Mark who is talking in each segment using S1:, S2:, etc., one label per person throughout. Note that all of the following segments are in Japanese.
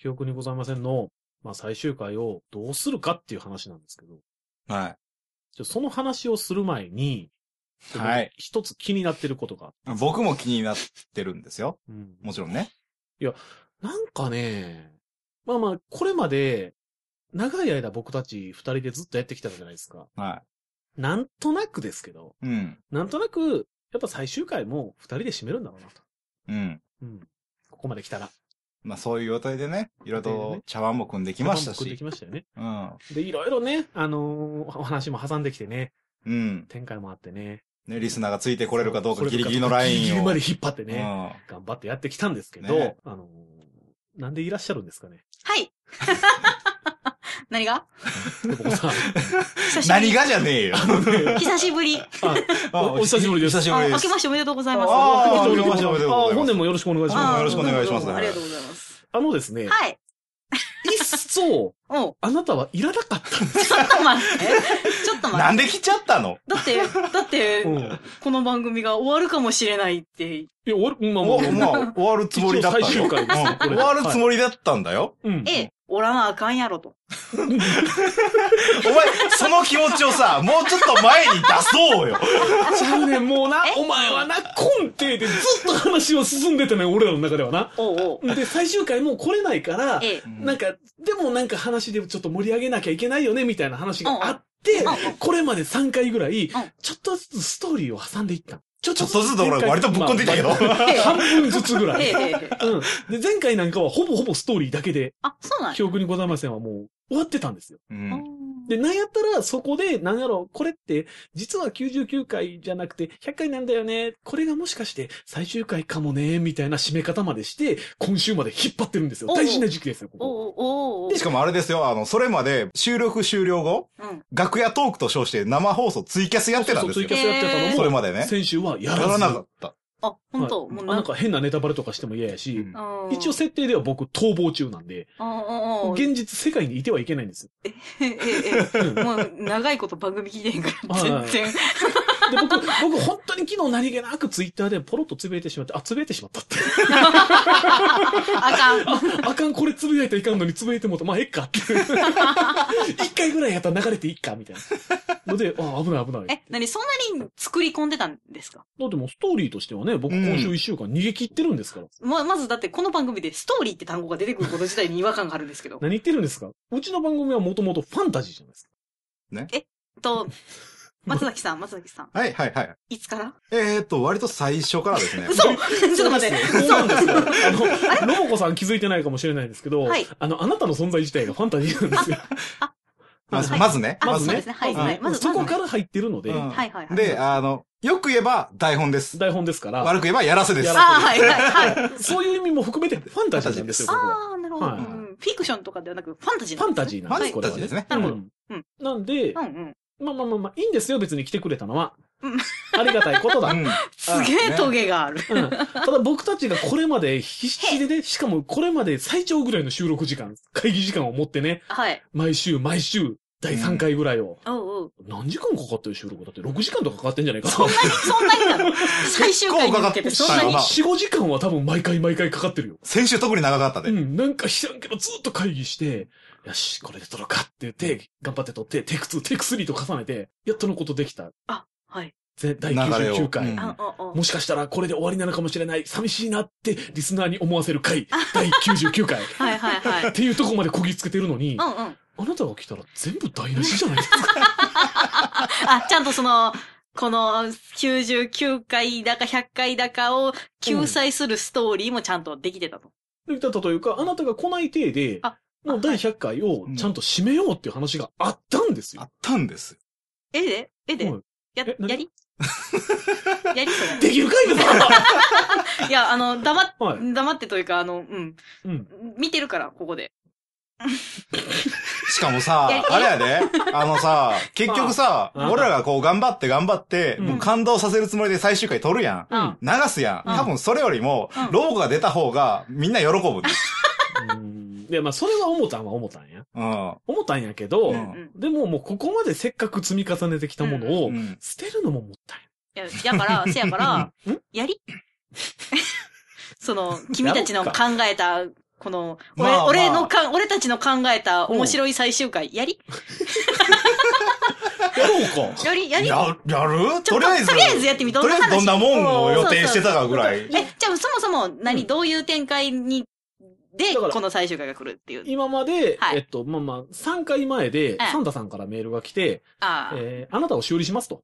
S1: 記憶にございませんの、まあ最終回をどうするかっていう話なんですけど、
S2: は
S1: ちょその話をする前に、
S2: い。はい。
S1: 一つ気になってることが、
S2: 僕も気になってるんですよ。
S1: うん、
S2: もちろんね。
S1: なんかね、まあまあ、これまで、長い間僕たち二人でずっとやってきたじゃないですか。
S2: は
S1: なんとなくですけど、
S2: い。うん。
S1: なんとなく、やっぱ最終回も二人で締めるんだろうなと。
S2: うん。
S1: うん。ここまで来たら。
S2: まあそういう状態でね、いろいろ
S1: で
S2: と
S1: ね
S2: 茶碗も組んできました
S1: 僕で
S2: し
S1: き。ましたよね。
S2: うん。
S1: で、いろいろね、あのーお話も挟んできてね、
S2: うん。
S1: 展開もあってね。
S2: ね、リスナーがついてこれるかどうか
S1: こ
S2: ギリギリのラインを。
S1: ギリギリまで引っ張って
S2: う
S1: ね、
S2: ん。
S1: 頑張ってやってきたんですけど、
S2: ね
S1: あのーなんでいらっしゃるんですか ね。
S3: はい。 何が
S1: でも さ
S3: 久しぶ
S2: 何
S3: り。
S2: がじゃねえよ。
S3: 久しぶり。
S1: あ おお久しぶりです
S2: お久し
S3: あ、
S2: ぶり
S3: 明
S2: です
S3: け。ましておめでとうございます。
S2: あー
S3: あ
S2: おめでとうございます
S1: あ本年もよろしくお願いし
S2: どう
S1: ま
S2: も
S1: す。
S2: よろしくお願いします
S3: どうもありがとうございます。
S1: あのですね、
S3: はい。
S1: 一層、
S3: おう
S1: あなたはいらなかったんです。
S3: ちょっと待って。 ちょっと
S2: な
S3: 待
S2: ん
S3: っ
S2: で来ちゃったの
S3: て。だって、だって、
S1: うん。い
S3: この番組が終わるかもしれないって。
S1: や、俺、まあま
S2: お
S1: あ
S2: ま
S1: まあ、
S2: あ、終わるつもりだった
S1: 一応最終回です
S2: うん
S1: これ
S2: 終わるつもりだったんだよ。
S1: うん。
S3: ええ、おらなあかんやろと。
S2: お前、その気持ちをさ、もうちょっと前に出そうよ。
S1: ちゃうねんもうな
S3: え、
S1: お前はな、根底でずっと話は進んでたねん、俺らの中ではな。
S3: おうおう。
S1: で、最終回もう来れないから、
S3: ええ。
S1: なんか、でもなんか話でちょっと盛り上げなきゃいけないよね、みたいな話があって
S3: うんうん、
S1: これまで3回ぐらい
S3: ん、
S1: ちょっとずつストーリーを挟んでいったのちょ、
S2: ちょっとずつ俺割とぶっこんでいったけど
S1: まあまあ
S3: ええ
S1: 半分ずつぐらい。
S3: ええ ええええ。
S1: うん。で、前回なんかはほぼほぼストーリーだけで、
S3: あ、そうなんや
S1: 記憶にございませんはもう終わってたんですよ。
S2: う。
S3: うんん
S1: で、なんやったら、そこで、なんやろ、これって、実は99回じゃなくて、100回なんだよね。これがもしかして、最終回かもね、みたいな締め方までして、今週まで引っ張ってるんですよ。
S3: おう
S1: 大事な時期ですよ、ここ。
S3: おうおうおう。
S2: しかもあれですよ、あの、それまで収録終了後、
S3: うん。
S2: 楽屋トークと称して生放送ツイキャスやってたんです
S1: そうそうツイ
S2: よ
S1: キ。ャスやってたのも、
S3: えー
S2: それまでね。
S1: 先週はや
S2: や
S1: らず。
S2: らなかった。
S3: あ、本当
S1: はい
S3: もう
S1: あなんか変なネタバレとかしても嫌やし、
S2: うん
S3: うん
S1: 一応設定では僕逃亡中なんで、
S3: うんうんうん。
S1: 現実世界にいてはいけないんですよ。
S3: ええええ、もう長いこと番組聞いてへんから、全然。
S1: で、僕、僕本当に昨日何気なくツイッターでポロッとつぶやいてしまって、あ、つぶやいてしまっ たって。
S3: あかん。
S1: あかん、これつぶやいたらいかんのにつぶやいてもうた。まあ、えっ かって。一回ぐらいやったら流れていっか、みたいな。ので、あ、危ない危ない。
S3: え、なに、そんなに作り込んでたんですか
S1: だってもうストーリーとしてはね、僕
S2: うん
S1: 今週一週間逃げ切ってるんですから。
S3: ま、まずだってこの番組でストーリーって単語が出てくること自体に違和感があるんですけど。
S1: 何言ってるんですかうちの番組はもともとファンタジーじゃないですか。
S3: と、松崎さん、松崎さん。
S2: はいはいはい。
S3: いつから
S2: えーっと、割と最初からですね。
S3: 嘘ちょっと待って。
S1: そう
S3: 嘘
S1: なんですよ。あの、ロボコさん気づいてないかもしれないですけど、
S3: はい
S1: あの、あなたの存在自体がファンタジーなんですよ。
S2: ま
S1: は
S2: ず
S1: い
S2: まずね。
S3: あ
S2: ま
S1: ず
S3: そう
S1: ね
S3: ですね。はい。
S2: まず
S3: は
S2: ね
S3: いまず、
S1: そこ
S3: まず
S1: から入ってるので、
S2: うん
S3: はいはいはい。
S2: で、あの、よく言えば台本です。
S1: 台本ですから、
S2: 悪く言えばやらせです
S1: や。ら
S3: あーはいはいはい。
S1: そういう意味も含めてファンタジーなんですよ、ここは。
S3: ああ、なるほど。
S1: はい
S3: うんフィクションとかではなく、ファンタジー
S1: ファ
S3: なん
S1: ンタジ
S3: ですね
S1: ーなんです、これは
S2: ファンタジーですね
S1: う
S3: なるほ
S1: ん
S3: うん。
S1: なんで、
S3: うんうん。
S1: まあまあまあまあ、いいんですよ、別に来てくれたのは
S3: うん。
S1: ありがたいことだ。
S2: うん
S3: すげえトゲがある。
S1: うんただ僕たちがこれまで必死でね、しかもこれまで最長ぐらいの収録時間、会議時間を持ってね、
S3: はい。
S1: 毎週毎週、第3回ぐらいを。
S3: おうおう。
S1: 何時間かかってる収録だって6時間とかかかってんじゃないか
S3: そんなに、そんなにな の最終回に向けてそん
S2: 結構かか
S3: な
S2: って
S3: に
S2: ま
S1: な。
S2: あ
S1: 4、5時間は多分毎回毎回かかってるよ。
S2: 先週特に長かった
S1: う
S2: で。
S1: ん、なんか知らんけどずっと会議して、よし、これで撮ろうかって言って、頑張って撮って、テイク2、テイク3と重ねて、やっとのことできた。
S3: はい。
S1: ぜ第
S2: 流れを
S1: 99回。
S2: うん
S3: あ、あ、あ。
S1: もしかしたらこれで終わりなのかもしれない。寂しいなってリスナーに思わせる回。第99回。
S3: はいはいはい。
S1: っていうとこまでこぎつけてるの に、
S3: うんうん。
S1: あなたが来たら全部台無しじゃないですか。
S3: あ、ちゃんとその、この99回だか100回だかを救済するストーリーもちゃんとできてたと。
S1: できたというか、あなたが来ない体で
S3: あ、
S1: もう第100回をちゃんと締めようっていう話があったんです
S2: あ
S1: よ。
S2: ったんです。
S3: えでえで
S1: はい
S3: や
S1: え、何
S3: やりやりそ
S1: できるかいですか
S3: れ。いや、あの、黙っ、
S1: は
S3: 黙ってというか、あの、うん。
S1: うん。
S3: 見てるから、ここで。
S2: しかもさ
S3: いや、
S2: あれやで、あのさ、結局さ、
S1: まあ
S2: 俺らがこう頑張って頑張って、
S1: うん
S2: もう感動させるつもりで最終回撮るやん。
S3: うん。あ
S2: 流すやん。
S3: うん
S2: 多分それよりも
S3: うん、
S2: ロボコが出た方がみんな喜ぶんです。
S1: うん。いや、まあ、それは思ったんは思ったんや。
S2: うん。
S1: 思ったんやけど、
S2: う
S3: うん
S2: ん
S3: うん。
S1: でももうここまでせっかく積み重ねてきたものを
S2: う、ん
S1: 捨てるのももったい
S3: いや、やから、せやから
S1: うん、
S3: やりその、君たちの考えたこの、
S2: まあまあ
S3: 俺俺のか、俺たちの考えた面白い最終回、やり
S2: やろうか。
S3: やりやり
S2: や、やる
S3: ちょ
S2: とりあえず。
S3: とりあえずやってみど
S2: と
S3: ん
S2: り
S3: な
S2: あえず
S3: 話
S2: どんなもんを予定してたかぐらい。
S3: え、じゃあそもそも何、
S1: うん
S3: どういう展開に、で、
S1: だから
S3: この最終回が来るっていう。
S1: 今まで、
S3: はい
S1: えっと、まあまあ、3回前で、
S3: はい
S1: サンタさんからメールが来て、
S3: ああ、
S1: えーあなたを修理しますと。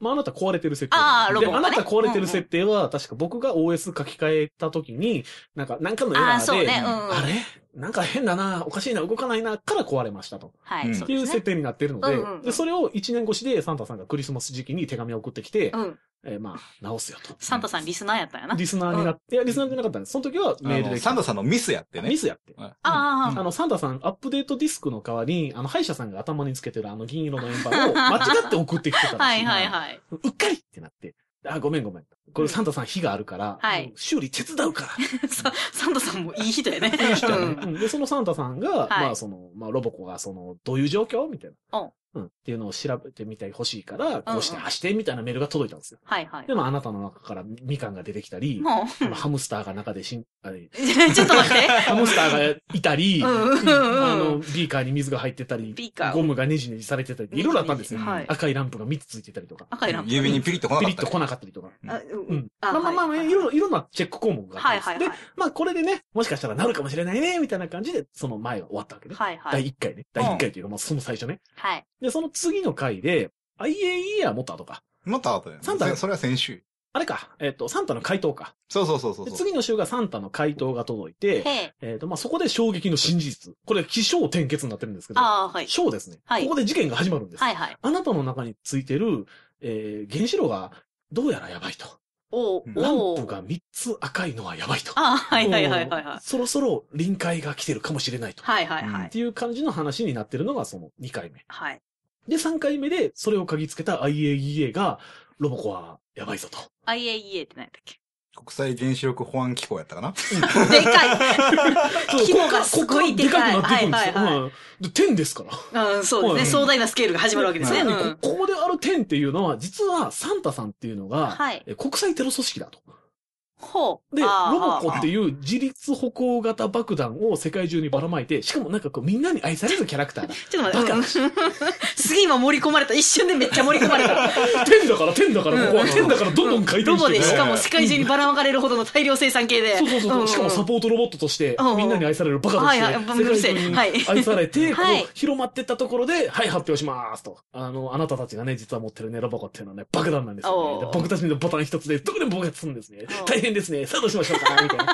S1: まあ、あなた壊れてる設定。
S3: あーロボ
S1: で、
S3: がね
S1: あなた壊れてる設定は、確か僕が OS 書き換えた時に、なんか、なんかのエ
S3: あ
S1: ラ
S3: あ、
S1: ー
S3: そう
S1: で、
S3: ね、うん。
S1: あれなんか変だな、おかしいな、動かないな、から壊れましたと。
S3: は
S2: う
S3: い、
S2: ん
S3: そ
S1: っ
S3: う
S1: てい
S3: で
S1: う
S3: す
S1: 設
S3: ね。
S1: 定になってるので、
S3: うんうんうん
S1: でそれを1年越しでサンタさんがクリスマス時期に手紙を送ってきて、
S3: うん。
S1: えーまあ、直すよと。
S3: サンタさんリスナーやったんやな。
S1: リスナーになって、いや、リスナーじゃなかったんです。その時はメール
S2: あの
S1: で。
S2: サンダさんのミスやってね
S1: ミ。スやって。
S2: あ
S3: あ
S1: あ
S3: あ、
S1: の、サンタさん、アップデートディスクの代わりに、あの、歯医者さんが頭につけてるあの銀色の円盤 を間違って送ってきてたら
S3: は
S1: しい
S3: い
S1: な。
S3: はいはい。
S1: うっかりってなって。あ、ごめんごめん。これサンタさん火があるから、
S3: はい
S1: もう修理手伝うから。
S3: さサンタさんもいい人やね。
S1: いい人やね
S3: うん
S1: うんで、そのサンタさんが、
S3: い
S1: まあその、まあロボコがその、どういう状況みたいな。
S3: うん
S1: うん。っていうのを調べてみてほしいから、こうして、あして、みたいなメールが届いたんですよ。
S3: はいはい
S1: で、。まああなたの中からみかんが出てきたり、
S3: もう、
S1: あ のハムスターが中でしん、あれ
S3: ちょっと待 って。
S1: ハムスターがいたり、
S3: うんうんうん
S1: あの、ビーカーに水が入ってたり
S3: ビーカ、ー
S1: ゴムがネジネジされてたり、いろいろあったんですよ。
S3: はい。
S1: 赤いランプが3つついてたりとか、
S3: 赤いランプ。
S2: 指にピリッと来な
S1: ピ
S2: か
S1: リ
S2: っ
S1: ッと
S2: たり。
S1: 来なかったりとか。
S3: あ。う
S1: うんん。まあまあまあ、いろいろいろんなチェック項目があ
S3: はい
S1: ったん
S3: はい
S1: です。
S3: は
S1: で
S3: い、。
S1: まあこれでね、もしかしたらなるかもしれないね、みたいな感じで、その前は終わったわけね。
S3: はいは
S1: 第
S3: い。
S1: 1回ね。第1回というか、まあその最初ね。
S3: はい。
S1: で、その次の回で、IAEA はもっと後か。
S2: また後だよね
S1: サンダさん
S2: それは先週。
S1: あれか、えっと、サンタの回答か。
S2: そうそうそうそう
S1: で
S2: そう。
S1: 次の週がサンタの回答が届いて、
S3: へえ。
S1: えっ、と、まあ、そこで衝撃の真実。これ、起承転結になってるんですけど、
S3: ああ、はい。
S1: 章ですね、
S3: はい
S1: ここで事件が始まるんです。
S3: はいはい。
S1: あなたの中についてる、えー、原子炉が、どうやらやばいと。
S3: おう
S1: ラ
S3: お
S1: ンプ
S3: う。
S1: が3つ赤いのはやばいと。
S3: ああ、はいはいはいはい
S1: も
S3: は
S1: う
S3: い。
S1: そろそろ臨界が来てるかもしれないと。
S3: はいはいは
S2: うん
S1: っ
S3: い。
S1: ていう感じの話になってるのがその2回目。
S3: はい。
S1: で、3回目で、それを嗅ぎつけた IAEA が、ロボコはやばいぞと。
S3: IAEA って何やったっけ
S2: 国際原子力保安機構やったかな
S3: でか規模がすごいでかい
S1: ここからでかくなっていくんですよ。
S3: はいはい
S1: うんで天ですから。
S3: い。うん、そうですね。壮大なスケールが始まるわけですね。
S1: さ
S3: う
S1: らに
S3: ん
S1: こ、。ここである天っていうのは、実はサンタさんっていうのが、
S3: はい。
S1: え国際テロ組織だと。
S3: ほう。
S1: で、ロ
S3: あー
S1: ボコっていう自立歩行型爆弾を世界中にばらまいて、しかもなんかこうみんなに愛されるキャラクター だ。
S3: ちょっと
S1: バカ
S3: 待ってうん。すげえ今盛り込まれた。一瞬でめっちゃ盛り込まれた。
S1: 天だから天だから
S3: うん
S1: ここは天だからどんどん回
S3: ロ
S1: 転し
S3: ボ
S1: てい
S3: で
S1: く
S3: し
S1: よ
S3: かも世界中にばらまかれるほどの大量生産系で。
S1: そうそうそうそう。しかもサ
S3: ポ
S1: ポートロボットとして
S3: うんう、ん
S1: みんなに愛されるバカとし
S3: はいはい
S1: て、世界中に
S3: はい
S1: 愛されて、こ
S3: はいう
S1: 広まってったところで、はい、発表しますと。あの、あなたたちがね、実は持ってるね、ロボコっていうのはね、爆弾なんですよ
S3: お
S1: ね。
S3: ー
S1: で僕たちのボタン一つで、どこでも爆発するんですね
S3: お。ー
S1: 大変ですね。さあどうしましょうか、みたい な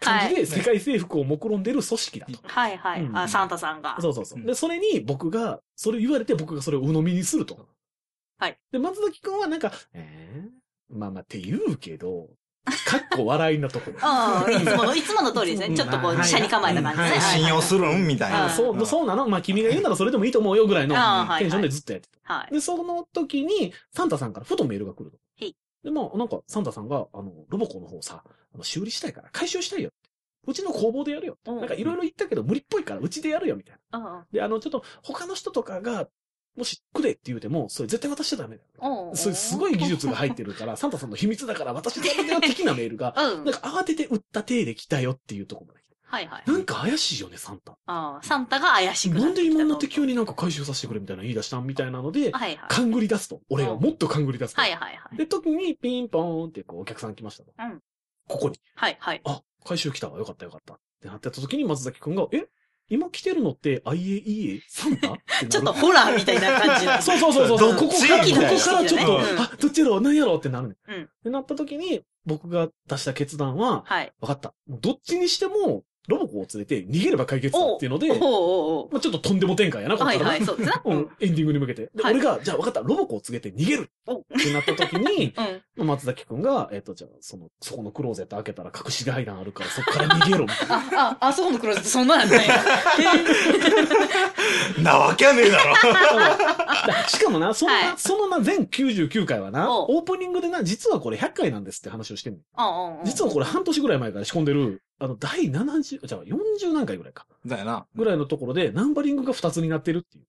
S1: 感じ
S3: は
S1: で、世界征服を目論んでる組織だと。
S3: はいはい。
S1: うん
S3: あ、サンタさんが。
S1: そうそうそうう。
S2: ん
S1: で、それに僕が、それ言われて僕がそれを鵜呑みにすると。
S3: はい。
S1: で、松崎くんはなんか、えー、まあまあって言うけど、かっこ笑いなところ。
S3: ああ、いつもの、いつもの通りです
S1: うん
S3: ね。ちょっとこ
S1: は
S3: う、
S1: い
S3: 車に構えた感じですね。
S1: はい
S2: 信用す
S3: る。
S2: るんみた
S1: あ
S2: いな。
S1: あそう、そうなのまあ、君が言うならそれでもいいと思うよぐらいの
S3: ああはいはい
S1: テンションでずっとやってた。
S3: はい。
S1: で、その時に、サンタさんからふとメールが来ると
S3: へい。
S1: で、まあ、なんか、サンタさんが、あの、ロボコの方さ、あの修理したいから、回収したいよって。うちの工房でやるよって。
S3: うん
S1: なんか、いろいろ言ったけど、無理っぽいから、うちでやるよ、みたいな。
S3: うん
S1: で、あの、ちょっと、他の人とかが、もしくれって言うても、それ絶対渡しちゃダメだよ。
S3: うん。
S1: それすごい技術が入ってるから、サンタさんの秘密だから私ダメだよ的なメールが、
S3: うん
S1: なん。か慌てて売った手で来たよっていうところまで来て
S3: はいはい。
S1: なんか怪しいよね、サンタ。
S3: ああ、サンタが怪しく
S1: な
S3: なんって
S1: で
S3: きた
S1: 今
S3: と
S1: になって急になんか回収させてくれみたいなの言い出したんみたいなので、
S3: はいはい。
S1: 勘繰り出すと。俺がもっと勘繰り出すと。
S3: はいはいはい。
S1: で、時にピンポーンってこうお客さん来ましたと。
S3: うん
S1: ここに、
S3: はいはい。
S1: あ、回収来たわ。よかったよかった。ってなってた時に松崎くんが、え今来てるのって IAEA? サンタってなる
S3: ちょっとホラーみたいな感じ の。
S1: そうそうそうそう。
S2: どっち
S1: ここから、
S2: み
S1: こ
S2: たいな
S1: こからちょっと、
S2: うん
S1: あ、どっちやろう何やろうってなるね。
S3: うん
S1: ってなった時に、僕が出した決断は、
S3: はい。
S1: 分かった。もうどっちにしても、ロボコを連れて逃げれば解決だ
S3: お
S1: っていうので、
S3: おおお
S1: まあ、ちょっととんでも展開やな、こっ
S3: は
S1: か
S3: い
S1: ら。
S3: はい、そうですね。
S1: う
S3: うんん。
S1: エンディングに向けて。で、
S3: はい
S1: 俺が、じゃあ分かった、ロボコを連れて逃げる
S3: お
S1: ってなった時に、
S3: うん。
S1: まあ松崎くんが、えっ、と、じゃあ、その、そこのクローゼット開けたら隠し階段あるから、そこから逃げ ろ、み たいな。
S3: あ、あ、あそこのクローゼットそんなんや ね。
S2: なわけねえだろ。
S1: だしかもな、そのな、
S3: はい
S1: そのな、全99回はな、
S3: お
S1: オープニングでな、実はこれ100回なんですって話をしてんの。
S3: うんうんうん。
S1: 実はこれ半年ぐらい前から仕込んでる、あの、第70、じゃあ40何回ぐらいか。
S2: だよな。
S1: ぐらいのところで、ナンバリングが2つになってるっていう。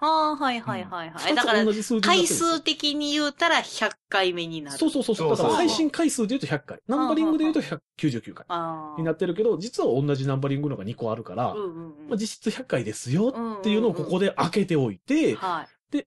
S3: ああ、はいはいはいはい。だから
S1: 二つ、同じ数字になってるん
S3: 回
S1: ですよ
S3: 数的に言うたら100回目になる。
S1: そうそうそうそう。だか
S2: そうそう
S1: ら
S2: そう
S1: 配信回数で言うと100回。ナンバリングで言うと199回
S3: ああ。
S1: になってるけど、実は同じナンバリングのが2個あるから、
S3: うんうん
S1: まあ、
S3: うん。
S1: 実質100回ですよっていうのをここで開けておいて、
S3: はい。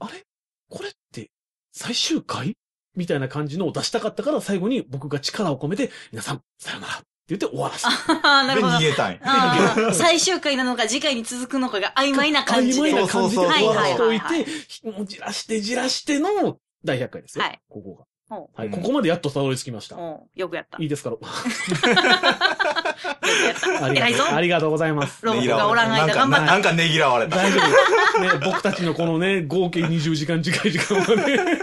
S1: あれこれって最終回みたいな感じのを出したかったから最後に僕が力を込めて、皆さん、さよならって言って終わらす。
S3: なる
S2: で
S3: ほど
S2: 逃。げたい。
S3: あー最終回なのか次回に続くのかが曖昧な感じで。
S1: 曖昧な
S3: は
S1: 感じで
S2: そうそう
S1: 終
S2: そう
S1: わらしておい
S3: はいはい
S1: て、もうじらしてじらしての第100回ですよ。
S3: はい
S1: ここが。
S3: ほ
S1: はい、ここまでやっとたどり着きました。
S3: うんよくやった。
S1: い
S3: よ
S1: いですから。
S3: くやった。
S1: あり
S3: 偉
S1: が
S3: いぞ
S1: とう。。ありがとうございます。
S3: ロボ
S2: ねぎ
S3: コが
S2: ら
S3: お
S2: われ
S3: ら
S2: た。な
S3: ん
S2: ん
S3: 間
S2: か、
S3: 頑張っ
S2: なんかねぎらわれた。
S1: 大丈夫。ね、僕たちのこのね、合計20時間近い時間はね。
S3: 偉い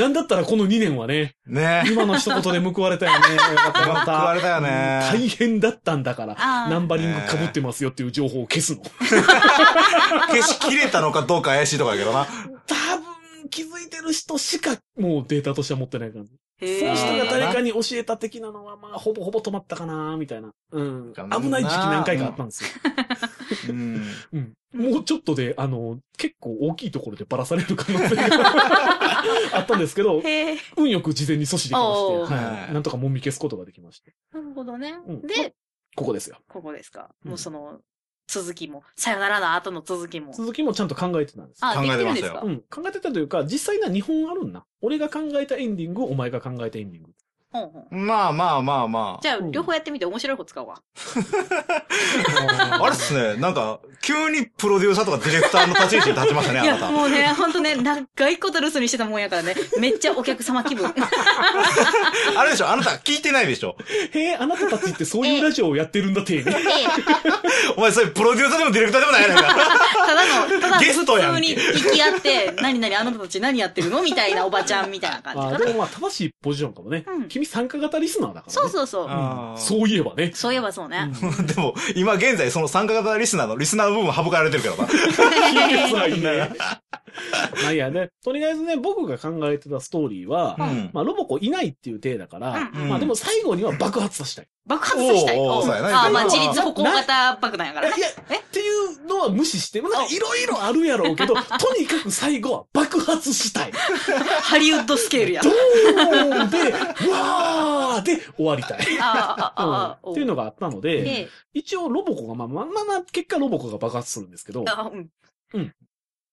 S1: なんだったらこの2年はね、
S2: ね
S1: 今の一言で報われたよね。よかったよかった
S2: 報われたよね
S1: 大変だったんだから、
S3: あー
S1: ナンバリング被ってますよっていう情報を消すの。
S2: 消し切れたのかどうか怪しいとかやけどな。
S1: 多分気づいてる人しかもうデータとしては持ってない感じ。
S3: へー
S1: その人が
S2: 足り
S1: 誰かに教えた的なのはまあほぼほぼ止まったかなみたいな。うん。
S2: かな
S1: 危ない時期何回かあったんですよ。
S2: うん。
S1: うん。もうちょっとで、あの、結構大きいところでバラされる可能性 があったんですけど、
S3: へえ。
S1: 運よく事前に阻止できま
S3: お
S1: し
S3: ー
S1: て、はい。なんとかもみ消すことができまして。
S3: なるほどね
S1: う。ん
S3: で、
S1: ここですよ。
S3: ここですか。
S1: うん
S3: もうその、続きも。さよならの後の続きも。
S1: 続きもちゃんと考えてたんです。
S3: あ、
S2: 考
S3: でき
S2: え
S3: て
S2: て
S3: るん
S2: ま
S3: で
S2: し
S3: す
S2: たよ
S3: か
S1: うん。考えてたというか、実際には2本あるんだ。俺が考えたエンディングをお前が考えたエンディング。
S3: ほんほん
S2: まあまあまあま
S3: じゃあ
S1: う、ん
S3: 両方やってみて面白い方使おうわ。
S2: あ。あれっすね。なんか、急にプロデューサーとかディレクターの立ち位置に立ちましたね、あ
S3: い
S2: な
S3: や、
S2: た。
S3: もうね、ほんとね、長いこと留守にしてたもんやからね。めっちゃお客様気分。
S2: あれでしょあなた聞いてないでしょ
S1: へえ、あなたたちってそういうラジオをやってるんだって。
S2: お前それプロデューサーでもディレクターでもないやないか。
S3: ただの、ただの
S2: ゲストやん
S3: 普通に
S2: け
S3: 聞き合って、何々あなたたち何やってるのみたいなおばちゃんみたいな感 じ
S1: あ
S3: か
S1: あ、
S3: な。
S1: でもまあ、正しいポジションかもね。
S3: うん
S1: 君参加型リスナーだからね。
S3: そうそうそう。
S2: あー
S1: そういえばね。
S3: そういえばそうね。
S2: でも、今現在その参加型リスナーのリスナーの部分省かれてるけどな。
S1: 辛いね。まあいいやね、とりあえずね、僕が考えてたストーリーは、
S2: うん
S1: まあ、ロボコいないっていう体だから、
S3: うん
S2: うん
S1: まあでも最後には爆発させたい。
S3: 爆発させたい。
S2: おうおう
S3: おう
S2: そうやな
S3: あーま
S2: な
S3: あ自立歩行型爆弾やからね
S1: い。や、っていうのは無視して、まあ、いろいろあるやろうけ ど、とにかく最後は爆発したい。
S3: ハリウッドスケールや
S1: ド。ーンで、うわーで終わりたい。
S3: あーあー、あーあ
S1: うん
S3: ー、
S1: っていう
S3: の
S1: のがあったので、
S3: で、
S1: 一応ロボコが、まあまあまあまあ、結果ロボコが爆発するんですけど、
S3: あーうん。
S1: うん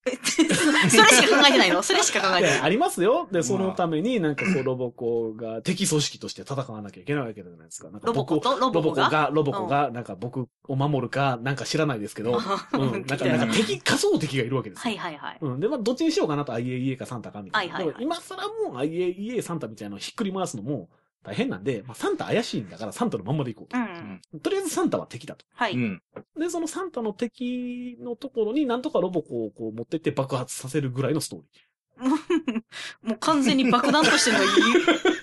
S3: え それしか考えてないのそれしか考え
S1: い
S3: てない。
S1: やありますよ。で、そのためになんかこうロボコが敵組織として戦わなきゃいけないわけじゃないですか。なんか
S3: ロボ
S1: 僕
S3: コ
S1: を
S3: とロ
S1: ロボ
S3: ボコ
S1: コ
S3: が。
S1: が、ロボコが、なんか僕を守るか、なんか知らないですけど、 うん、なんか、なんか敵、仮想敵がいるわけですよ。
S3: はいはいはい。
S1: うん。で、まあ、どっちにしようかなと IAEA かサンタかみたいな。
S3: はいはいはい
S1: でも今更もう IAEA サンタみたいなのをひっくり回すのも大変なんで、まあ、サンタ怪しいんだからサンタのまんまでいこう
S3: う
S1: と。
S3: ん。
S1: とりあえずサンタは敵だと。
S3: は
S2: う
S3: い。
S2: ん。
S1: で、そのサンタの敵のところになんとかロボコをこう持ってって爆発させるぐらいのストーリー。
S3: もう完全に爆弾としてのい、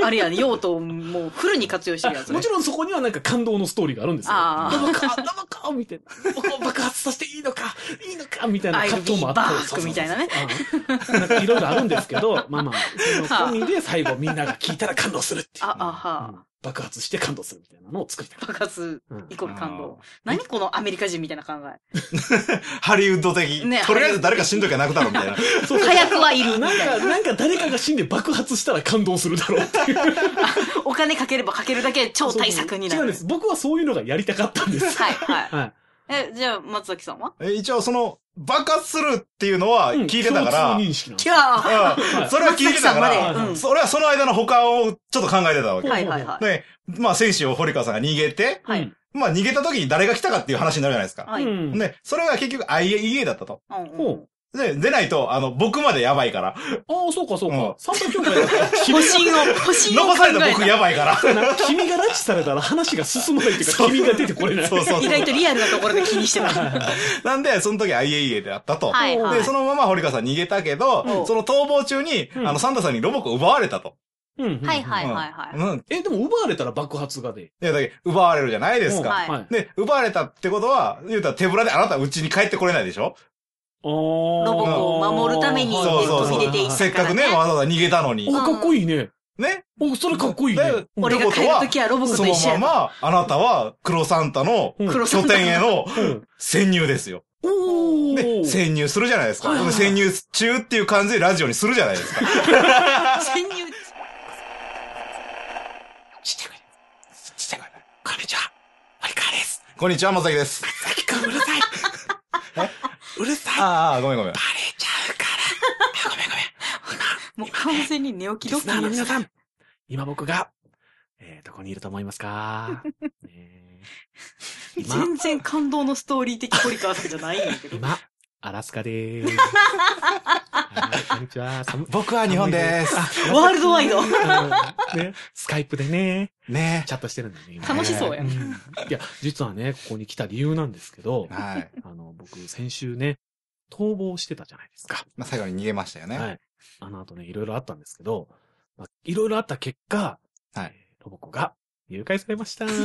S3: あれやね、用途をもうフルに活用してるやつね。
S1: もちろんそこにはなんか感動のストーリーがあるんですよ。
S3: あー
S1: 生か、生かみたい な。ここ爆発させていいのか、いいのかみたいな
S3: I'll be
S1: 葛藤もあった
S3: back みたいなね。
S1: うんなんかいろいろあるんですけ ど、まあまあ、その込みで最後みんなが聞いたら感動するっていう。
S3: あ、あ
S1: う
S3: は
S1: ん爆発して感動するみたいなのを作りたい。
S3: あ。爆発
S1: うん
S3: イコール感動。何このアメリカ人みたいな考え。
S2: ハリウッド的。
S3: ね
S2: とりあえず誰か死んどきゃ泣くだろ、みたいな。
S1: そう
S3: 火薬はいるみ
S1: なん
S3: たい
S1: か、
S3: な。
S1: なんか誰かが死んで爆発したら感動するだろうっていう。
S3: お金かければかけるだけ超大作にな
S1: 違うん
S3: る
S1: で。す。僕はそういうのがやりたかったんです。
S3: はい、はい。
S1: はい。
S3: え、じゃあ、松崎さんは
S2: え一応その、爆発するっていうのは
S1: うん
S2: 聞いてたから、
S1: 共通認識なんです
S3: キャ
S2: う
S3: ー
S2: んそれは聞いてたか
S3: 松崎
S1: さんま
S2: ら、
S1: でうん
S2: それはその間の他をちょっと考えてたわけ。
S3: はいはいはい。
S2: で、まあ、戦士を堀川さんが逃げて、
S3: は
S1: う
S3: い
S1: ん。
S2: まあ、逃げた時に誰が来たかっていう話になるじゃないですか。
S3: はい。うん
S1: うん
S2: で、それが結局 IAEA だったと。
S3: う
S1: ほ
S3: ん
S1: う。
S2: で、出ないと、あの、僕までやばいから。
S1: ああ、そうかそう
S2: うん
S1: か。三大協会だったら
S3: 保 身を、保身を
S2: 残
S3: 考
S2: された
S3: え
S2: 僕
S3: た。
S2: やばいから。そ
S1: なんか君が拉致されたら話が進まないっていうか、君が出てこれな
S2: う
S1: い。
S2: そうそう
S3: 意。外とリアルなところで気 にしてた。
S2: なんで、その時 IAEA であったと。
S3: はいはい
S2: で、そのまま堀川さん逃げたけ
S3: うん
S2: ど、その逃亡中に、
S1: うん
S2: あの、サンタさんにロボコを奪われたと。
S1: うんうんうん
S3: はいはいはい
S2: うん
S3: は
S2: うん。
S1: え、でも奪われたら爆発がで。
S2: いや、だけど奪われるじゃないです
S1: うん
S2: か。
S3: はい
S1: はい。
S2: で、奪われたってことは、言うたら手ぶらであなたはうちに帰ってこれないでしょ
S1: ロ
S3: ロボコを守るために
S2: そうそうそう
S3: 入れていく
S2: せっかくね、
S3: だからね
S2: わざわざ逃げたの
S1: お、
S2: に。
S1: かっこいいね。
S2: ね
S1: お、それかっこいい
S2: だ
S1: ね
S2: よ。
S3: い。俺が帰るときはロボコ
S2: そ
S3: と
S2: の
S3: 一緒
S2: ま
S3: やと。
S2: ま、あなたは黒サンタの
S1: うん
S3: 黒さ
S2: 拠
S3: んだ
S2: 点への
S1: うん
S2: 潜入ですよ。
S1: おお
S2: で、
S1: ー。
S2: 潜入するじゃないですか。
S1: はいはいはい
S2: 潜入中っていう感じでラジオにするじゃないですか。
S3: 潜入。
S1: ちっちゃい声で。ちっちゃい声で。こんにちは。森川です。
S2: こんにちは、まさきです。
S1: さきくんうるさ い。うるさい。バ
S2: ああ、ごめんごめん。
S1: レちゃうから。あごめんごめん。
S3: もう完全に寝起き
S1: リ
S3: ド
S1: スナー
S3: ッキ
S1: の
S3: リで
S1: 皆
S3: す。
S1: さん、今僕が、えー、どこにいると思います か、ねえ今、
S3: 全然感動のストーリー的堀川さんじゃないんだけ ど。
S1: 今、アラスカでー す。はいこんにちは。寒
S2: 僕は日本でーす。
S1: す
S3: ワールドワイド。
S1: ね、スカイプでね、
S2: ね
S1: チャットしてるんだよね、今
S3: 楽しそうや
S1: う。んいや、実はね、ここに来た理由なんですけど、
S2: はい。
S1: あの、僕、先週ね、逃亡してたじゃないですか。
S2: まあ、最後に逃げましたよね。
S1: はい。あの後ね、いろいろあったんですけど、まあいろいろあった結果、
S2: はい
S1: えーロボコが誘拐されま した。
S3: 楽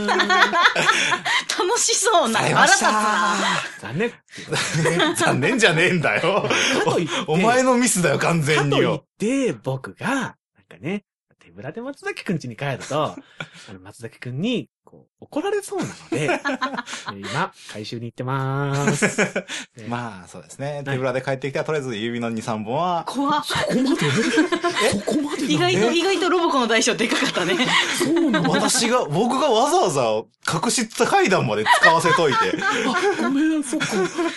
S3: しそうな。
S2: されま
S3: 腹立
S2: し
S3: つ
S2: た
S3: な。
S1: 残念。
S2: ー 残念じゃねえんだよ。
S1: かといって、
S2: お前のミスだよ、完全
S1: かと
S2: に
S1: いっ
S2: よ。
S1: て、僕が、なんかね、手ぶらで松崎くん家に帰る と、あの松崎くんに、こう、怒られそうなの で、えー今、回収に行ってまーす。ね
S2: まあ、そうですね。手ぶらで帰ってきたら、とりあえず指の2、3本は、
S3: 怖っ
S1: そこまで そこまでなの
S3: 意外と、意外とロボコの代償でかかったね。
S1: そう なの
S2: 私が、 僕がわざわざ隠し階段まで使わせとい
S1: あ、ごめん、そっか。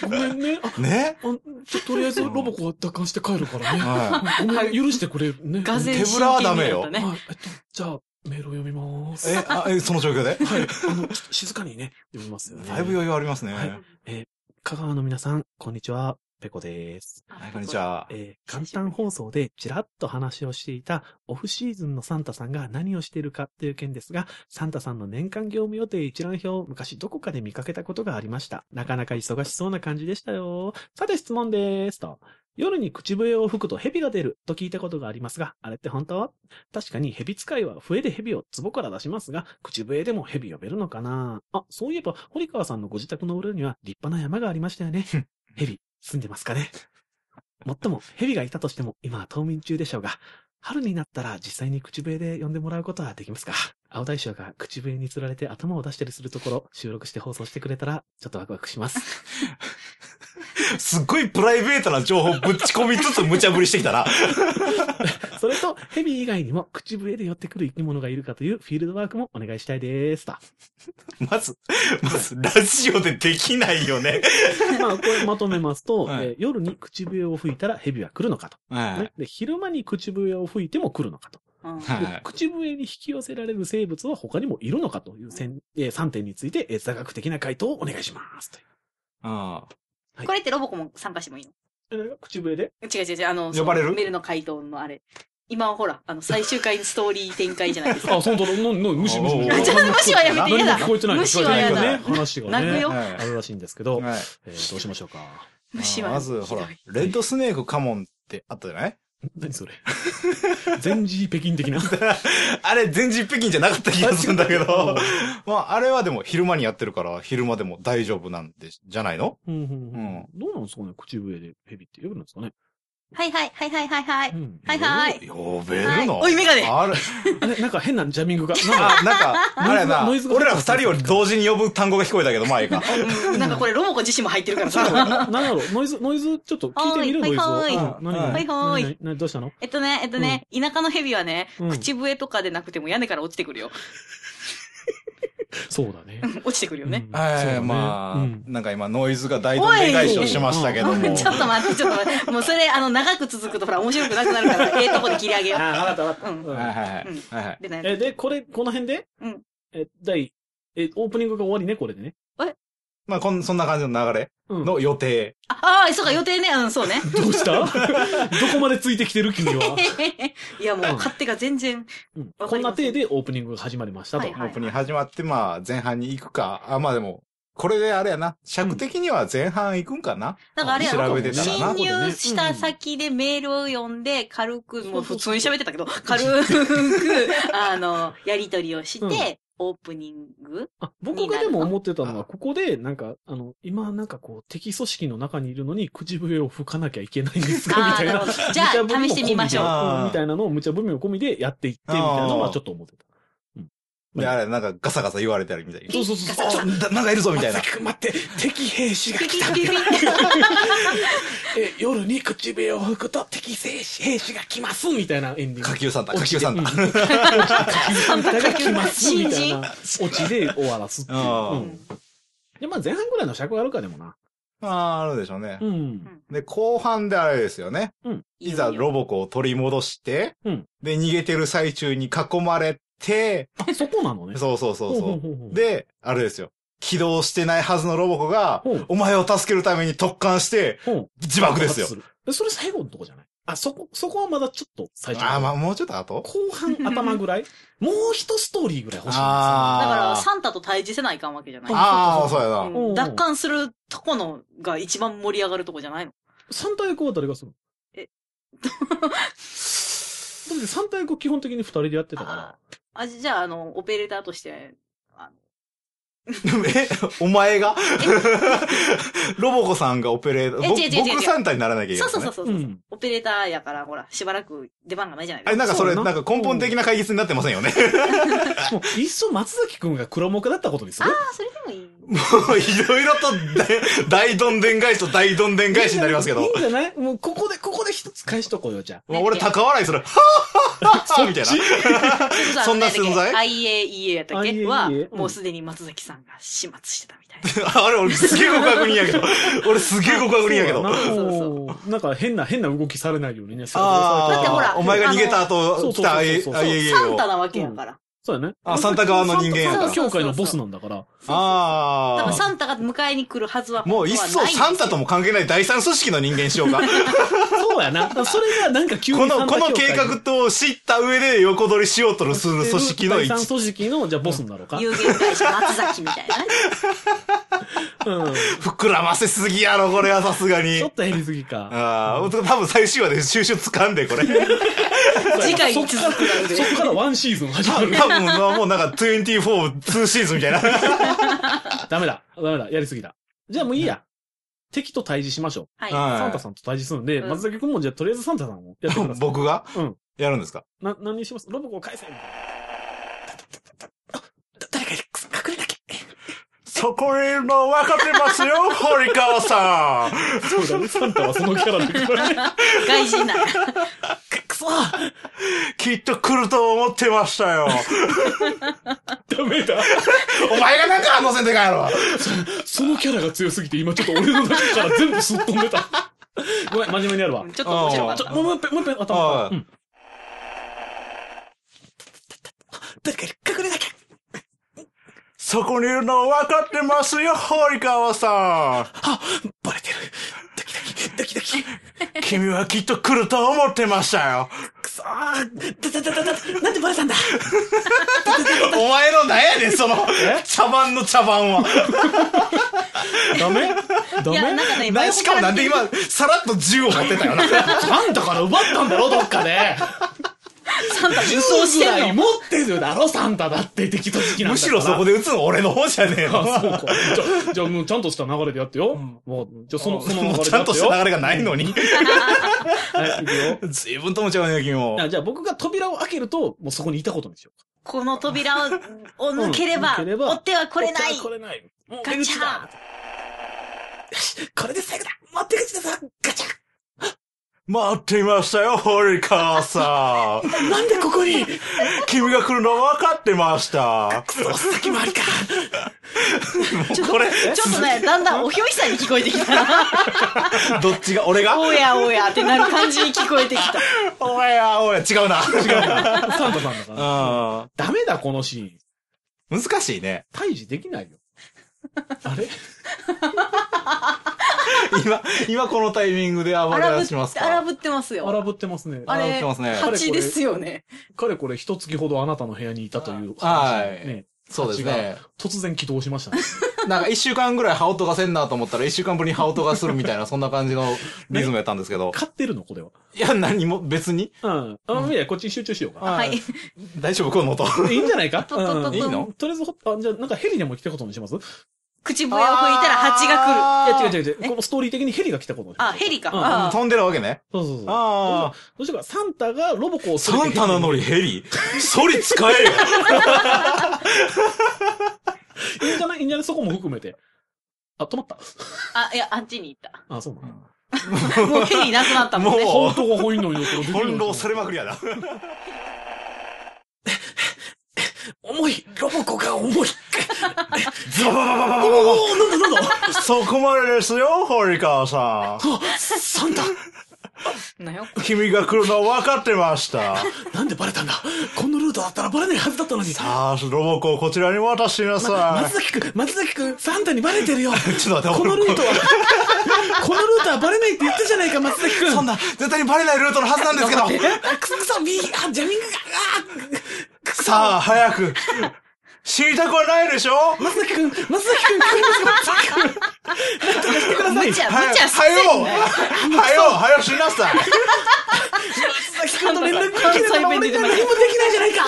S1: ごめんね。あ、
S2: て。ね
S1: あちょとりあえずロボコは奪還して帰るからね。
S2: は
S1: ごめん、許してくれるね。
S3: がぜ
S2: 手ぶらはダメよ
S3: 真剣に
S1: は
S3: なったね
S1: い。えっと、じゃあ、メールを読みます。
S2: い。え、あえその状況で
S1: はい。あの、ちょっと静かにね、読みますよね。
S2: だいぶ余裕ありますね。
S1: はい香川の皆さん、こんにちは。ペコです。
S2: はい、こんにち。は。
S1: えー簡単放送でちらっと話をしていたオフシーズンのサンタさんが何をしているかという件ですが、サンタさんの年間業務予定一覧表を昔どこかで見かけたことがありました。なかなか忙しそうな感じでしたよ。さて質問ですと。夜に口笛を吹くと蛇が出ると聞いたことがありますが、あれって本当確かに蛇使いは笛で蛇を壺から出しますが、口笛でも蛇呼べるのかなあ、そういえば、堀川さんのご自宅の裏には立派な山がありましたよね。蛇、住んでますかねもっとも、蛇がいたとしても、今は冬眠中でしょうが、春になったら実際に口笛で呼んでもらうことはできますか青大将が口笛に釣られて頭を出したりするところ、収録して放送してくれたら、ちょっとワクワクします。
S2: すっごいプライベートな情報ぶっち込みつつ無茶ぶりしてき たな。
S1: それと、蛇以外にも口笛で寄ってくる生き物がいるかというフィールドワークもお願いしたいです。と。
S2: まず、まず、ラジオでできないよね。
S1: まあ、これまとめますと、
S2: はい
S1: えー夜に口笛を吹いたら蛇は来るのかと、
S2: はい
S1: ね。で。昼間に口笛を吹いても来るのかと。
S3: うん
S2: はい
S1: で口笛に引き寄せられる生物は他にもいるのかという線、えー3点について、えー座学的な回答をお願いしますという。
S2: うん。
S3: これってロボコも参加してもいいの
S1: 口笛で
S3: 違う違う違う、あの、
S2: 呼ばれる
S3: そのメールの回答のあれ。今はほら、あの、最終回のストーリー展開じゃないですか。
S1: あ、そのとの、の、無視無 視無
S2: あ
S1: 視。
S2: ちょっと無視
S3: はやめて
S1: 何
S3: 嫌
S1: も
S3: だ
S1: 聞こえてない
S3: 無視は
S2: やだ
S1: ね、話が
S3: 泣く
S1: ね
S3: よ。
S2: はい
S1: あるらしいんですけど、
S2: はい
S1: えーどうしましょうか。
S3: 虫
S2: あ
S3: は。
S2: まず、ほら
S3: ひどい、
S2: レッドスネークカモンってあったじゃない
S1: 何 それ全時北京的な。
S2: あれ、全人北京じゃなかった気がするんだけど。まあ、あれはでも昼間にやってるから、昼間でも大丈夫なんで、じゃないの
S1: うんうんう
S2: うん
S1: んどうなんですかね口笛で蛇って呼ぶんですかね
S3: はいはいはいはいはいはい。
S1: うん
S3: はいはい。
S2: 呼べるの、
S3: はいおい、メガネ
S2: あれ、
S1: あれなんか変なジャミングが。なんか
S2: あ、なんか、 あれやな、
S1: ノイズが
S2: 俺ら二人を同時に呼ぶ単語が聞こえたけど、まあいいか。
S3: うんなんかこれロボコ自身も入ってるか
S1: な
S3: ら
S1: ん
S3: さ。
S1: だろう、なんだろう、ノイズ、ノイズ、ちょっと聞いてみる
S3: は
S1: ノ
S3: い
S1: イズを。
S3: はい
S2: はい
S1: うん何
S2: はい
S3: はい
S1: 何何どうしたの
S3: えっとね、えっとね、田舎の蛇はね、
S1: うん
S3: 口笛とかでなくても屋根から落ちてくるよ。
S1: そうだね
S3: う。ん落ちてくるよね。
S2: はい、まあ、
S1: うん
S2: なんか今、ノイズが大どんでん返しをしましたけど
S1: おい
S2: も。
S3: ちょっと待って、ちょっと待って。もうそれ、あの、長く続くとほら、面白くなくなるから、ええとこで切り上げよ
S1: あ、わかったわか
S3: う。うん。
S1: った。
S2: はいはいはい
S3: うん
S2: はいはい。
S3: でね、
S1: え、で、これ、この辺で
S3: うん。
S1: え、第、え、オープニングが終わりね、これでね。
S2: まあ、こん、そんな感じの流れ
S1: うん。ど
S2: の予定。
S3: ああー、そうか、予定ね。うん、そうね。
S1: うした どこまでついてきてる 君は。
S3: いや、もう
S1: うん
S3: 勝手が全然。
S1: うんこ
S3: わか
S1: ん
S3: りま
S1: な
S3: す
S1: 体でオープニングが始まりましたと
S3: はい。
S2: オープニング始まって、まあ、前半に行くか。あ、まあでも、これであれやな。尺的には前半行くんかな。
S3: だからあれやろ
S2: 調べてたらな
S3: 侵入した先でメールを読んで、軽く、もう普通に喋ってたけど、軽く、あの、やりとりをして、
S1: うん
S3: オープニング
S1: あ僕がでも思ってたの
S2: あ
S1: は、ここで、なんか、あの、今、なんかこう、敵組織の中にいるのに、口笛を吹かなきゃいけないんですかみ
S3: あ
S1: た
S3: あ、
S1: い
S3: なる
S1: な
S3: ほ。ど。じゃあ、
S1: 無茶ぶりも込
S3: 試してみましょう。
S2: あー
S1: うんみたいなのを無茶ぶりも込みでやっていって、みたいなのはちょっと思ってた。うん
S2: で、あれ、なんかガサガサ言われてあるみたいな。
S3: そうそうそうそう
S2: あななんかいるぞみたいな。
S1: くん待って、敵兵士が
S3: ピ
S1: 来
S3: ピ
S1: た。
S3: ピピピ。
S1: え夜に口笛を吹くと敵兵士兵士が来ますみたいなエンディング。
S2: 下級サンタ、下級サンタ。
S1: 落ちて。うん下級サンタが来ますみたいなオチで終わらすっていう。
S2: あー
S1: うんで、まあ前半ぐらいの尺があるかでもな。
S2: あーあるでしょうね。
S1: うん。
S2: で、後半であれですよね。いざロ
S3: ボ。
S2: ボコを取り戻して、
S1: うん
S2: で、逃げてる最中に囲まれて、
S1: あ、そこなのね。
S2: そうそうそう
S1: ほ
S2: そう
S1: ほうほうほ
S2: う。
S1: う、
S2: で、あれですよ。起動してないはずのロボコが
S1: ほう、
S2: お前を助けるために特艦して、
S1: ほう
S2: 自爆ですよ。
S1: 爆発るえそれ最後のとこじゃないあ、そこ、そこはまだちょっと最初。
S2: ああ、まあ、もうちょっと後
S1: 後半頭ぐらいもう一ストーリーぐらい欲しいんですよ
S3: だから、
S2: あ
S3: サンタと対峙せないかんわけじゃない
S2: あ。。ああ、そうやな。
S3: うん奪還するとこのが一番盛り上がるとこじゃないの
S1: 三対役は誰がするの
S3: え
S1: だって三対役は基本的に二人でやってたから。
S3: あ、じゃあ、あの、オペレーターとして、あ
S2: え、お前がロボコさんがオペレータ
S3: え
S2: ー、
S3: 違う違う違う
S2: ぼ僕サンタにならなきゃいけ
S3: の
S2: ない
S3: そう
S2: です
S3: そ
S2: ね。
S3: うそうそう
S1: う
S3: そう、
S1: ん。
S3: オペレーターやから、ほら、しばらく出番がないじゃないで
S2: あれ、
S3: すか。
S2: なんかそれ、
S1: そう
S2: な
S1: やなん
S2: か根本的な解決になってませんよね。
S1: しかもいっそ松崎くんが黒幕だったことにする
S3: ああ、それでもいい。
S2: もう、いろいろと大、大どんでん返しと大どんでん返しになりますけ
S1: いいん。
S2: ど
S1: じゃないもうここで、ここで一つ返しとこうよ、じゃ
S2: まあ、俺、高笑いす る。はぁはぁはぁみたいな。そんな存在
S3: ?IAEA やったっけ
S1: IAEA
S3: は、
S1: うん
S3: もうすでに松崎さんが始末してたみたいな。
S2: あれ、俺すげえ極悪人や けど。俺すげえ極悪
S1: あ。
S2: 人やけど。
S1: そう
S2: あ
S1: やな
S3: そうそう
S1: もうなんか変な、変な動きされないようにね。
S2: あー、
S3: だってほら
S2: お前が逃げた後、来た
S1: あの
S2: I-
S1: そうそうそうそう
S2: IAEA
S3: サンタ
S2: を。
S3: なわけやから。
S1: そうだね。
S2: あサンタ側の人間や
S1: サ
S2: か
S1: ン
S2: ら
S1: タ協会のボスなんだから。
S3: 多分
S2: あ
S3: サンタが迎えに来るはずは
S2: あ。もう、いっそサンタとも関係ない第三組織の人間にしようか。
S1: そうやな。それがなんか急に
S2: こ
S1: サンタ
S2: の、この計
S1: 協会
S2: 画
S1: に
S2: と知った上で横取りしようとする組織の
S1: 第
S2: 一
S1: 三組織の、じゃあボスになろうか。
S3: 有限会社松崎みた いなね。
S1: うん。
S2: 膨らませすぎやろ、これはさすがに
S1: ちょ。っと減りすぎか。
S2: ああ、多分最終話で収集掴んで、これ。 多
S3: 次回に続くなんで
S1: そっからワンシーズン始まる。
S2: 分、まあもうなんか24、2シーズンみたいな。
S1: ダメだ。ダメだ。やりすぎだ。じゃあもういいや。敵と対峙しましょう。
S3: はい。
S2: はい
S1: サンタさんと対峙するんで、
S3: うん
S1: 松崎くんもじゃあとりあえずサンタさんをやってください。
S2: 僕が
S1: うん
S2: やるんですか
S1: な、何にしますロボコを返せみたいなあだ誰か隠れなきゃ。
S2: そこにいるの分かってます よ、堀川さん。
S1: そうだね。サンタはそのキャラだからね。
S3: 外人なんや。
S1: くくそダ
S2: きっと来ると思ってましたよ。
S1: メだ。
S2: お前がなんか反応せんでかやろ。
S1: そのキャラが強すぎて今ちょっと俺の中から全部すっ飛んでた。ごめん、真面目にやるわ。
S3: ちょっと面白かっ
S1: ち
S3: た
S1: ょ、。もう一遍、もう一遍、頭
S2: あ
S1: か
S2: ー
S1: ら。うん誰か隠れなきゃ。
S2: そこにいるの分かってますよ、堀川さ
S1: バレてる。ドキドキ、ドキドキ。
S2: ん。君はきっと来ると思ってましたよ。
S1: くそーだだだだだなんでバレたんだ
S2: お前の何やねん、その、茶番の茶番は。
S1: ダメダ
S3: いや、
S1: メ
S3: なんかね、
S2: なしかもなんで今、さらっと銃を持ってたよな。
S1: サンタから奪ったんだろどっかで
S3: サンタ武装
S1: 嘘ぐ
S3: して
S1: ら
S3: ん
S1: い
S3: の。
S1: 持ってるだろサンタだって敵と好きなんだから。
S2: むしろそこ
S1: で。
S2: で撃つの俺の方じゃね え
S1: あ、
S2: よ。
S1: そうか。じゃあ、じゃあもうちゃんとした流れでやってよ。もう、じゃあその、その流れでやってよ。
S2: ちゃんとした流れがないの に。
S1: はい、いくよ。
S2: 随分ともちゃうね、君も。
S1: あじゃあ僕が扉を開けると、もうそこにいたことにしよう。
S3: この扉をを抜ければ、
S1: うん抜ければ
S3: 追っては来れない。
S1: これない。もう
S3: ガ
S1: 出
S3: チ
S1: 口だ。
S3: ャ
S1: よし、これで最後だ。持って口だぞ。ガチャ。
S2: 待っていましたよ、堀川さん。
S1: なんでここに
S2: 君が来るの分かってました。
S1: お先回りか。
S3: ちょっと
S2: これ
S3: ちょっとね、だんだんおひょいさんに聞こえてきた。
S2: どっちが、俺が
S3: おやおやってなる感じに聞こえて きた。
S2: おやおや、違うな。違う
S1: サンタさんだから。
S2: な。
S1: ダメだ、このシーン。
S2: うん。難しいね。
S1: 退治できないよ。あれ
S2: 今、今このタイミングで暴れ
S3: 荒ぶ
S2: 出
S3: っ
S2: します
S3: て、
S2: か
S3: 荒ぶってますよ。
S1: 荒ぶってますね。
S3: あ
S2: 荒ぶっ
S3: れ、
S2: てますね
S3: 蜂ですよね。
S1: かれこれ一月ほどあなたの部屋にいたという
S2: は
S1: 話
S2: い
S1: ね。
S2: そうですね。
S1: 突然起動しま したね。
S2: なんか一週間ぐらい羽音がせんなと思ったら一週間ぶりに羽音がするみたいな、そんな感じのリズムやったんですけど。
S1: 飼ってるのこれは。
S2: いや、何も、別に。
S1: うん。あ、いや、こっちに集中しようか。
S3: はい。
S2: 大丈夫、この音。
S1: いいんじゃないか
S3: ととと
S1: うん
S2: いいの
S1: とりあえずほ、あ、じゃあ、なんかヘリでも来たことにします
S3: 口笛を吹いたら蜂が来る。
S1: いや違う違
S2: う。
S1: う違う。このストーリー的にヘリが来たこと
S3: あ、ヘリか。
S1: うん
S3: あー
S2: 飛んでるわけね。
S1: そうそうそう。
S2: ああ。
S1: どうしようか、サンタがロボコを
S2: サンタなのにヘリソリ使えよ
S1: いいんじゃないいいんじゃないそこも含めて。あ、止まった。
S3: あ、いや、あっちに行った。
S1: あ、そうなの。
S3: もうヘリなくなったもんね。
S2: もう
S1: 本当が本意のよう
S2: 翻弄されまくりやな。
S1: 重いロボコが重い
S2: ザババババババ
S1: おおなんだなんだ
S2: そこまでですよ、堀川さ
S1: あサンタ
S3: なんよ
S2: ん。君が来るのは分かってました。
S1: なんでバレたんだこのルートだったらバレないはずだったのに
S2: さあ、ロボコをこちらに渡してなさ
S1: 松崎くん、松崎くん、サンタにバレてるよ
S2: い。ちょっと待って、
S1: このルート
S2: は。
S1: は、このルートはバレないって言ったじゃないか、松崎くん。
S2: そんな、絶対にバレないルートのはずなんですけど。
S1: あくそくそ、ビー、あ、ジャミングが、あくそ、
S2: さあ、早く。死にたくはないでしょ
S1: 松崎くん、松崎くん、来るんですよ、松崎くん。なんとかしてください。
S3: 無茶、
S2: は
S3: 無
S2: よ、
S3: 茶
S2: はよ、はよ、はよ、死になさい。
S1: 松崎くんと連絡ができないから俺が何もできないじゃないか。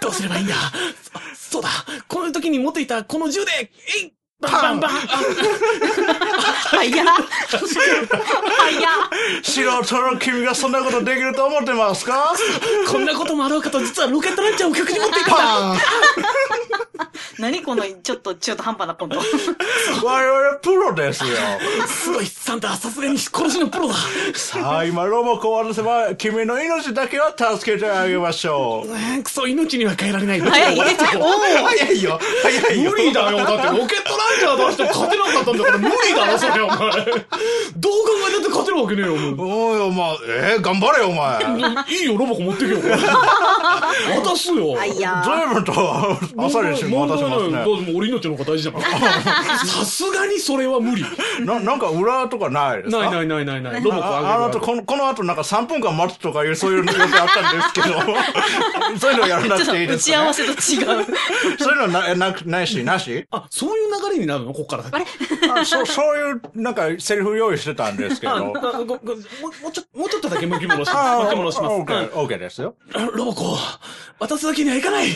S1: どうすればいいんだ。そそうだ、この時に持っていたこの銃で、えいバンバンバン。
S3: 早っ。早っ。
S2: 素人の君がそんなことできると思ってますか
S1: あこんなこともあろうかと、実はロケットランチャーを曲に持っていたんだ。
S2: パン
S3: 何この、ちょっと、ちょっと半端なコント。
S2: 我々プロですよ。
S1: すごい、サンタ、さすがに殺しのプロだ。
S2: さあ、今ロボコを渡せば、君の命だけは助けてあげましょう。
S1: うんクソ、命には変えられない。
S3: 早い、入れちゃう。お
S2: 早いよ、早いよ。
S1: 無理だよ。だってロケットランチャー出しても勝てなかったんだから無理だろ、それお前。どう考えたって勝てるわけねえよ、 もう。
S2: おい、お前、えー、頑張れよ、お前。
S1: いいよ、ロボコ持 ってけよ。渡すよ。
S3: お。早っ。
S2: 随分と、朝にしても渡します
S1: 問題ない
S2: ね
S1: よ。だってもう俺命の方が大事だから。さすがにそれは無理。
S2: な、なんか裏とかないですか
S1: ない
S2: い。
S1: ないないないない。ロボコあげる
S2: ああの後、この、この後なんか3分間待つとかいう、そういうの予定あったんですけど、 そういうのやらなく
S3: ちょ
S2: てい
S3: っ
S2: い
S3: と、
S2: で
S3: 打
S2: す
S3: ち
S2: か、
S3: 合
S2: ね
S3: わ。せと違う。
S2: そういうのな、な、ないし、なし
S1: あ、そういう流れになるのこっから先。あれ
S2: あそう、そういう、なんか、セリフ用意してたんですけ
S1: ご
S2: ど。
S1: ごごもうもうちょもうちょっとだけ向き戻します。
S2: あ
S1: 向
S2: あ、
S1: き戻します。
S2: オッケ
S1: うん
S2: ー、オッケーですよ。
S1: ロボコ、渡すわけにはいかない。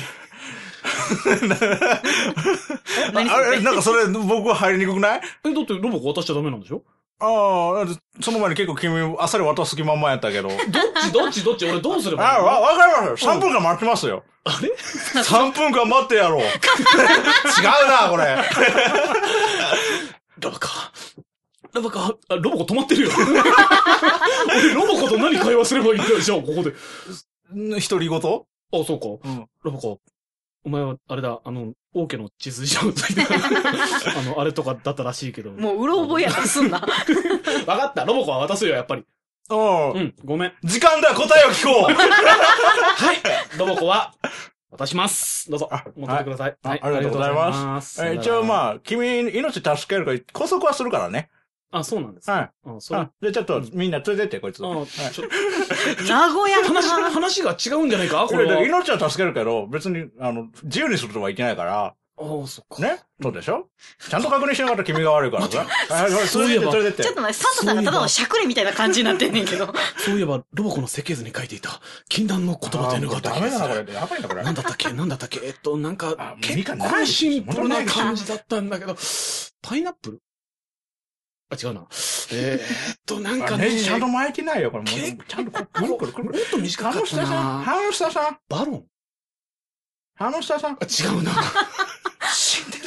S3: 何
S2: あれ、なんかそれ、僕は入りにくくない
S1: え、だってロボコ渡しちゃダメなんでしょ
S2: ああ、その前に結構君、あっさり渡す気満々やったけど。
S1: どっちどっちどっち俺どうすればいい
S2: ああ、
S1: の
S2: わ、わかりますよ。3分間待ってますよ。
S1: あれ
S2: 3分間待ってやろう。違うな、これ。
S1: ロボコ。ロボコ、あロボコ止まってるよ。俺ロボコと何会話すればいいんだよ、じゃあここで。
S2: ん独り言
S1: あ、そうか。
S2: うん。
S1: ロボコ、お前は、あれだ、あの、王家の血筋をついてる あの、あれとかだったらしいけど。
S3: もう、うろ覚えやからすんな。
S1: う、わかった、ロボコは渡すよ、やっぱり。
S2: あ
S1: うん、ごめん。
S2: 時間だ、答えを聞こう。
S1: はい、ロボコは、渡します。どうぞ
S2: あ、
S1: 持っててください。
S2: あ
S1: はい
S2: ありがとうございます
S1: す
S2: え一応
S1: あ。
S2: まあ、君、命助けるから、拘束はするからね。
S1: あ、そうなんです。
S2: はい。
S1: うん、それ、
S2: あ
S1: あ、、
S2: で、ちょっと、みんな連れてって、こいつ。
S1: ち
S2: はい
S1: ょ
S3: 名古屋
S1: 話、
S3: か。
S1: 話が違うんじゃ ないかこ
S2: こ
S1: れ
S2: れ
S1: は
S2: で。命は助けるけど、別に、あの、自由にするとはいけないから、
S1: ああ、そっか。
S2: ねそうでしょちゃんと確認しなかったら君が悪いからさ。はい、はいそれで、それでって
S3: ちょ。っと待って、サンタさんがただのしゃくれみたいな感じになってんねんけど。
S1: そういえば、ロボコの設計図に書いていた、禁断の言葉というのがあった
S2: ダ
S1: 気
S2: メ
S1: が
S2: だ
S1: す
S2: な、こ
S1: る。
S2: れ。やばいな、これ。
S1: なんだったっけなんだったっけえっと、なん
S2: あ
S1: か、
S2: み
S1: 結
S2: かん
S1: 構シンプルな
S2: ないです
S1: 感じだったんだけど、パイナップルあ、違うな。えーっと、なんか
S2: あ
S1: ね、
S2: ねちゃんと巻いてないよ、これ。も
S1: 結
S2: う
S1: 構
S2: ちゃんとこ、くるくるくる
S1: も
S2: くる。
S1: っと短
S2: ハ
S1: かっ
S2: ムス
S1: た
S2: ターさん、
S1: な。
S2: ハムスターさん、
S1: バロン
S2: ハムスターさん。
S1: あ、違うな。死んでる。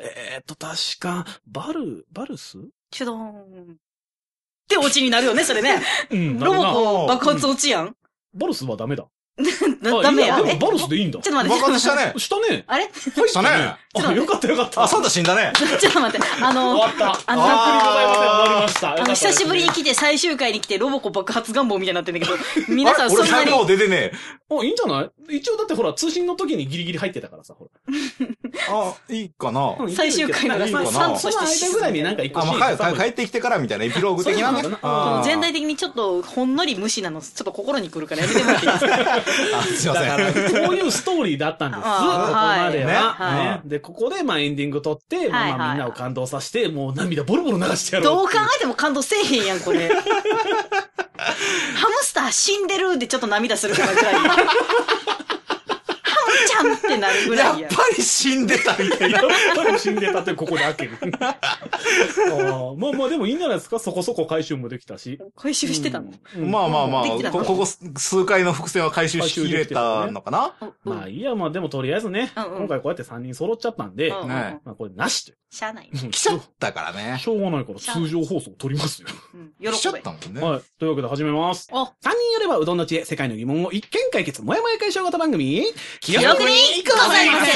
S1: えーっと、確か、バル、バルス
S3: ちょどーん。ってオチになるよね、それね。
S1: うん
S3: ロボ
S1: な。
S3: コ爆発落ちやん。
S1: バルスはダメだ。
S3: な
S1: あ
S3: ダメ
S1: い
S3: や。
S1: いなで
S3: え
S1: もバルスでいいんだ。
S3: ちょっと待って、
S2: 爆
S3: ちょっ
S2: 発
S3: と
S2: し
S3: 待っ
S2: ね。
S3: たて。
S1: したね。
S3: あれ
S2: したね。
S1: あ、よかったよかった。
S2: あ、サンタ死んだね。
S3: ちょっと待って、あ
S1: 終わ
S3: の、
S1: った。
S3: あ
S1: あ
S3: の
S1: の、お送りございません。終わりました。
S3: あの、久しぶりに来て最終回に来てロボコ爆発願望みたいになってんだけど、皆さ
S2: あ
S3: ん
S2: れ
S3: そん
S2: 俺
S3: な
S2: 最
S3: に、
S2: 後出てね
S1: お、いいんじゃない一応だってほら、通信の時にギリギリ入ってたからさ、ほ
S2: え。あ、いいかな。
S1: ら。
S3: 最終回の
S1: いいかな
S2: まあサン
S3: タ
S1: そ
S3: と
S1: の
S3: して
S1: 間ぐらいになんか一個
S2: あ、まあ、帰帰ってきてからみたいなエピローグ的なね
S1: そうなんだな。
S2: あー
S3: 全体的にちょっとほんのり無視なの、ちょっと心に来るからやめてもらっていいですか
S2: あ、すいま
S1: だ
S2: せ
S1: から、
S2: ん。
S1: そういうストーリーだったんです。ここ
S3: あー
S1: まで
S3: はいね
S1: は
S2: は。
S1: ねで、ここで、まあ、エンディング撮って、
S3: はい
S1: まあ、みんなを感動させて、もう涙ボロボロ流してやろう。
S3: どう考えても感動せえへんやん、これ。ハムスター死んでるでちょっと涙するからぐらい。ハムちゃんってなるぐ
S2: や
S3: ら
S2: っ
S3: いや。
S2: ぱり死んでたみたいな。
S1: 多分死んでた ってここだけ。 あーまあまあでもいいんじゃないですかそこそこ回収もできたし。
S3: 回収してたの、
S1: うん
S2: まあまあまあ
S3: できて、た
S2: こ
S3: の
S2: ここ数回の伏線は回収しきれたのかな
S3: うん
S1: まあいいや、まあでもとりあえずね、
S3: うんうん
S1: 今回こうやって3人揃っちゃったんで、
S3: うんうんう
S2: ね
S3: ん
S1: まあこれなしとい
S3: しゃあない。
S1: う。
S2: 来ちゃったからね。
S1: しょうがないから通常放送撮りますよ。
S3: うん、喜べ。
S2: 来ちゃったもんね。
S1: はい。というわけで始めます。
S3: お、
S1: 3人よればうどんの知恵、世界の疑問を一見解決、もやもや解消型番組、記
S3: 憶にございませ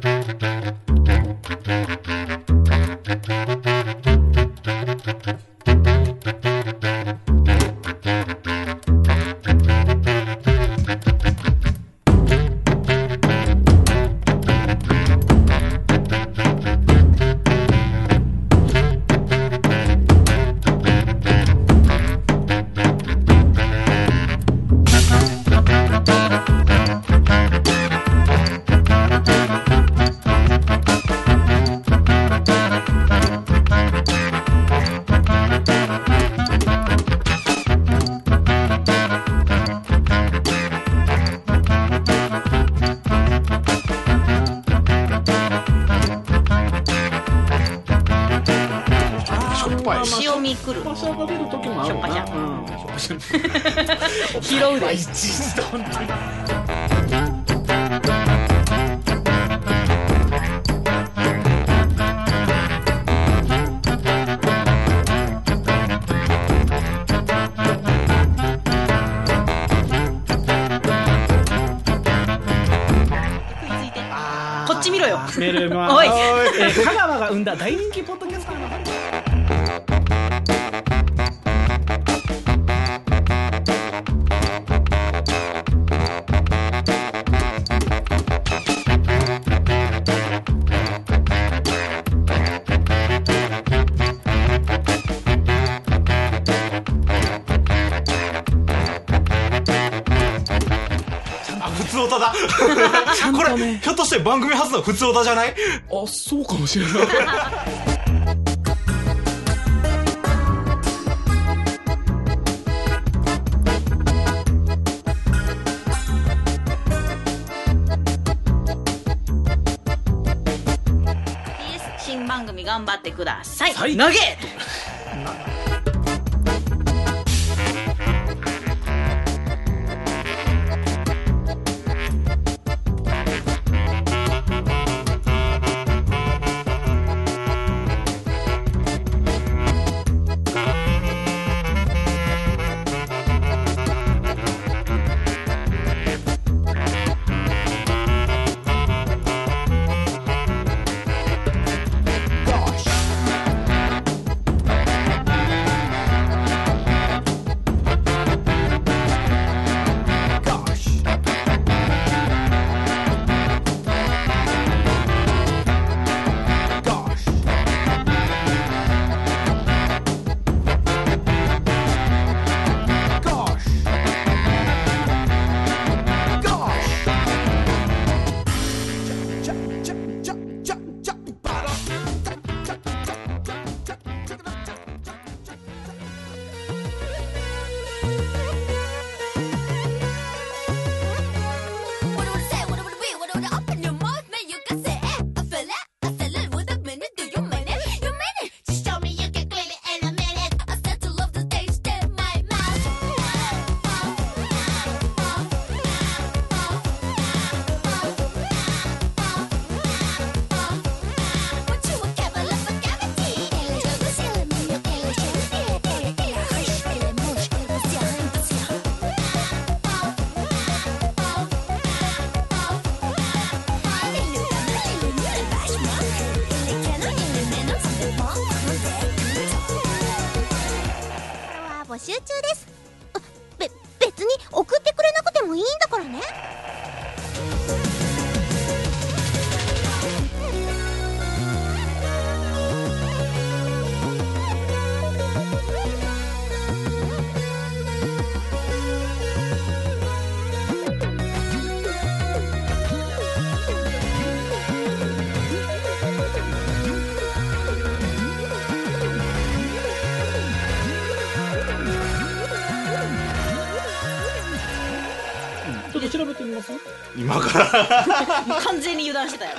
S1: んまあ
S2: しょっぱい。
S3: 塩見くる。
S1: パシャが出る時もあるわ
S3: しょ
S1: な
S3: っぱしゃ
S1: うんしょっぱしゃ
S3: 拾うで。食いついてこっち見ろよ。
S1: メール読みます
S3: おい
S1: えー香川が生んだ大人気ポッドキャスターの
S2: あ、普通オタだ。
S1: ちゃん
S2: これ、
S1: とね
S2: ひょっとして番組初の普通オタじゃない
S1: あ、そうかもしれない。
S3: PS 新番組頑張ってください。
S1: はい
S3: 投げ
S4: eh, 募集中ですあべ別に送ってくれなくてもいいんだからね
S1: ちょっと調べてみま
S3: ですね。
S2: 今から。
S3: もう完全に油断してたよ。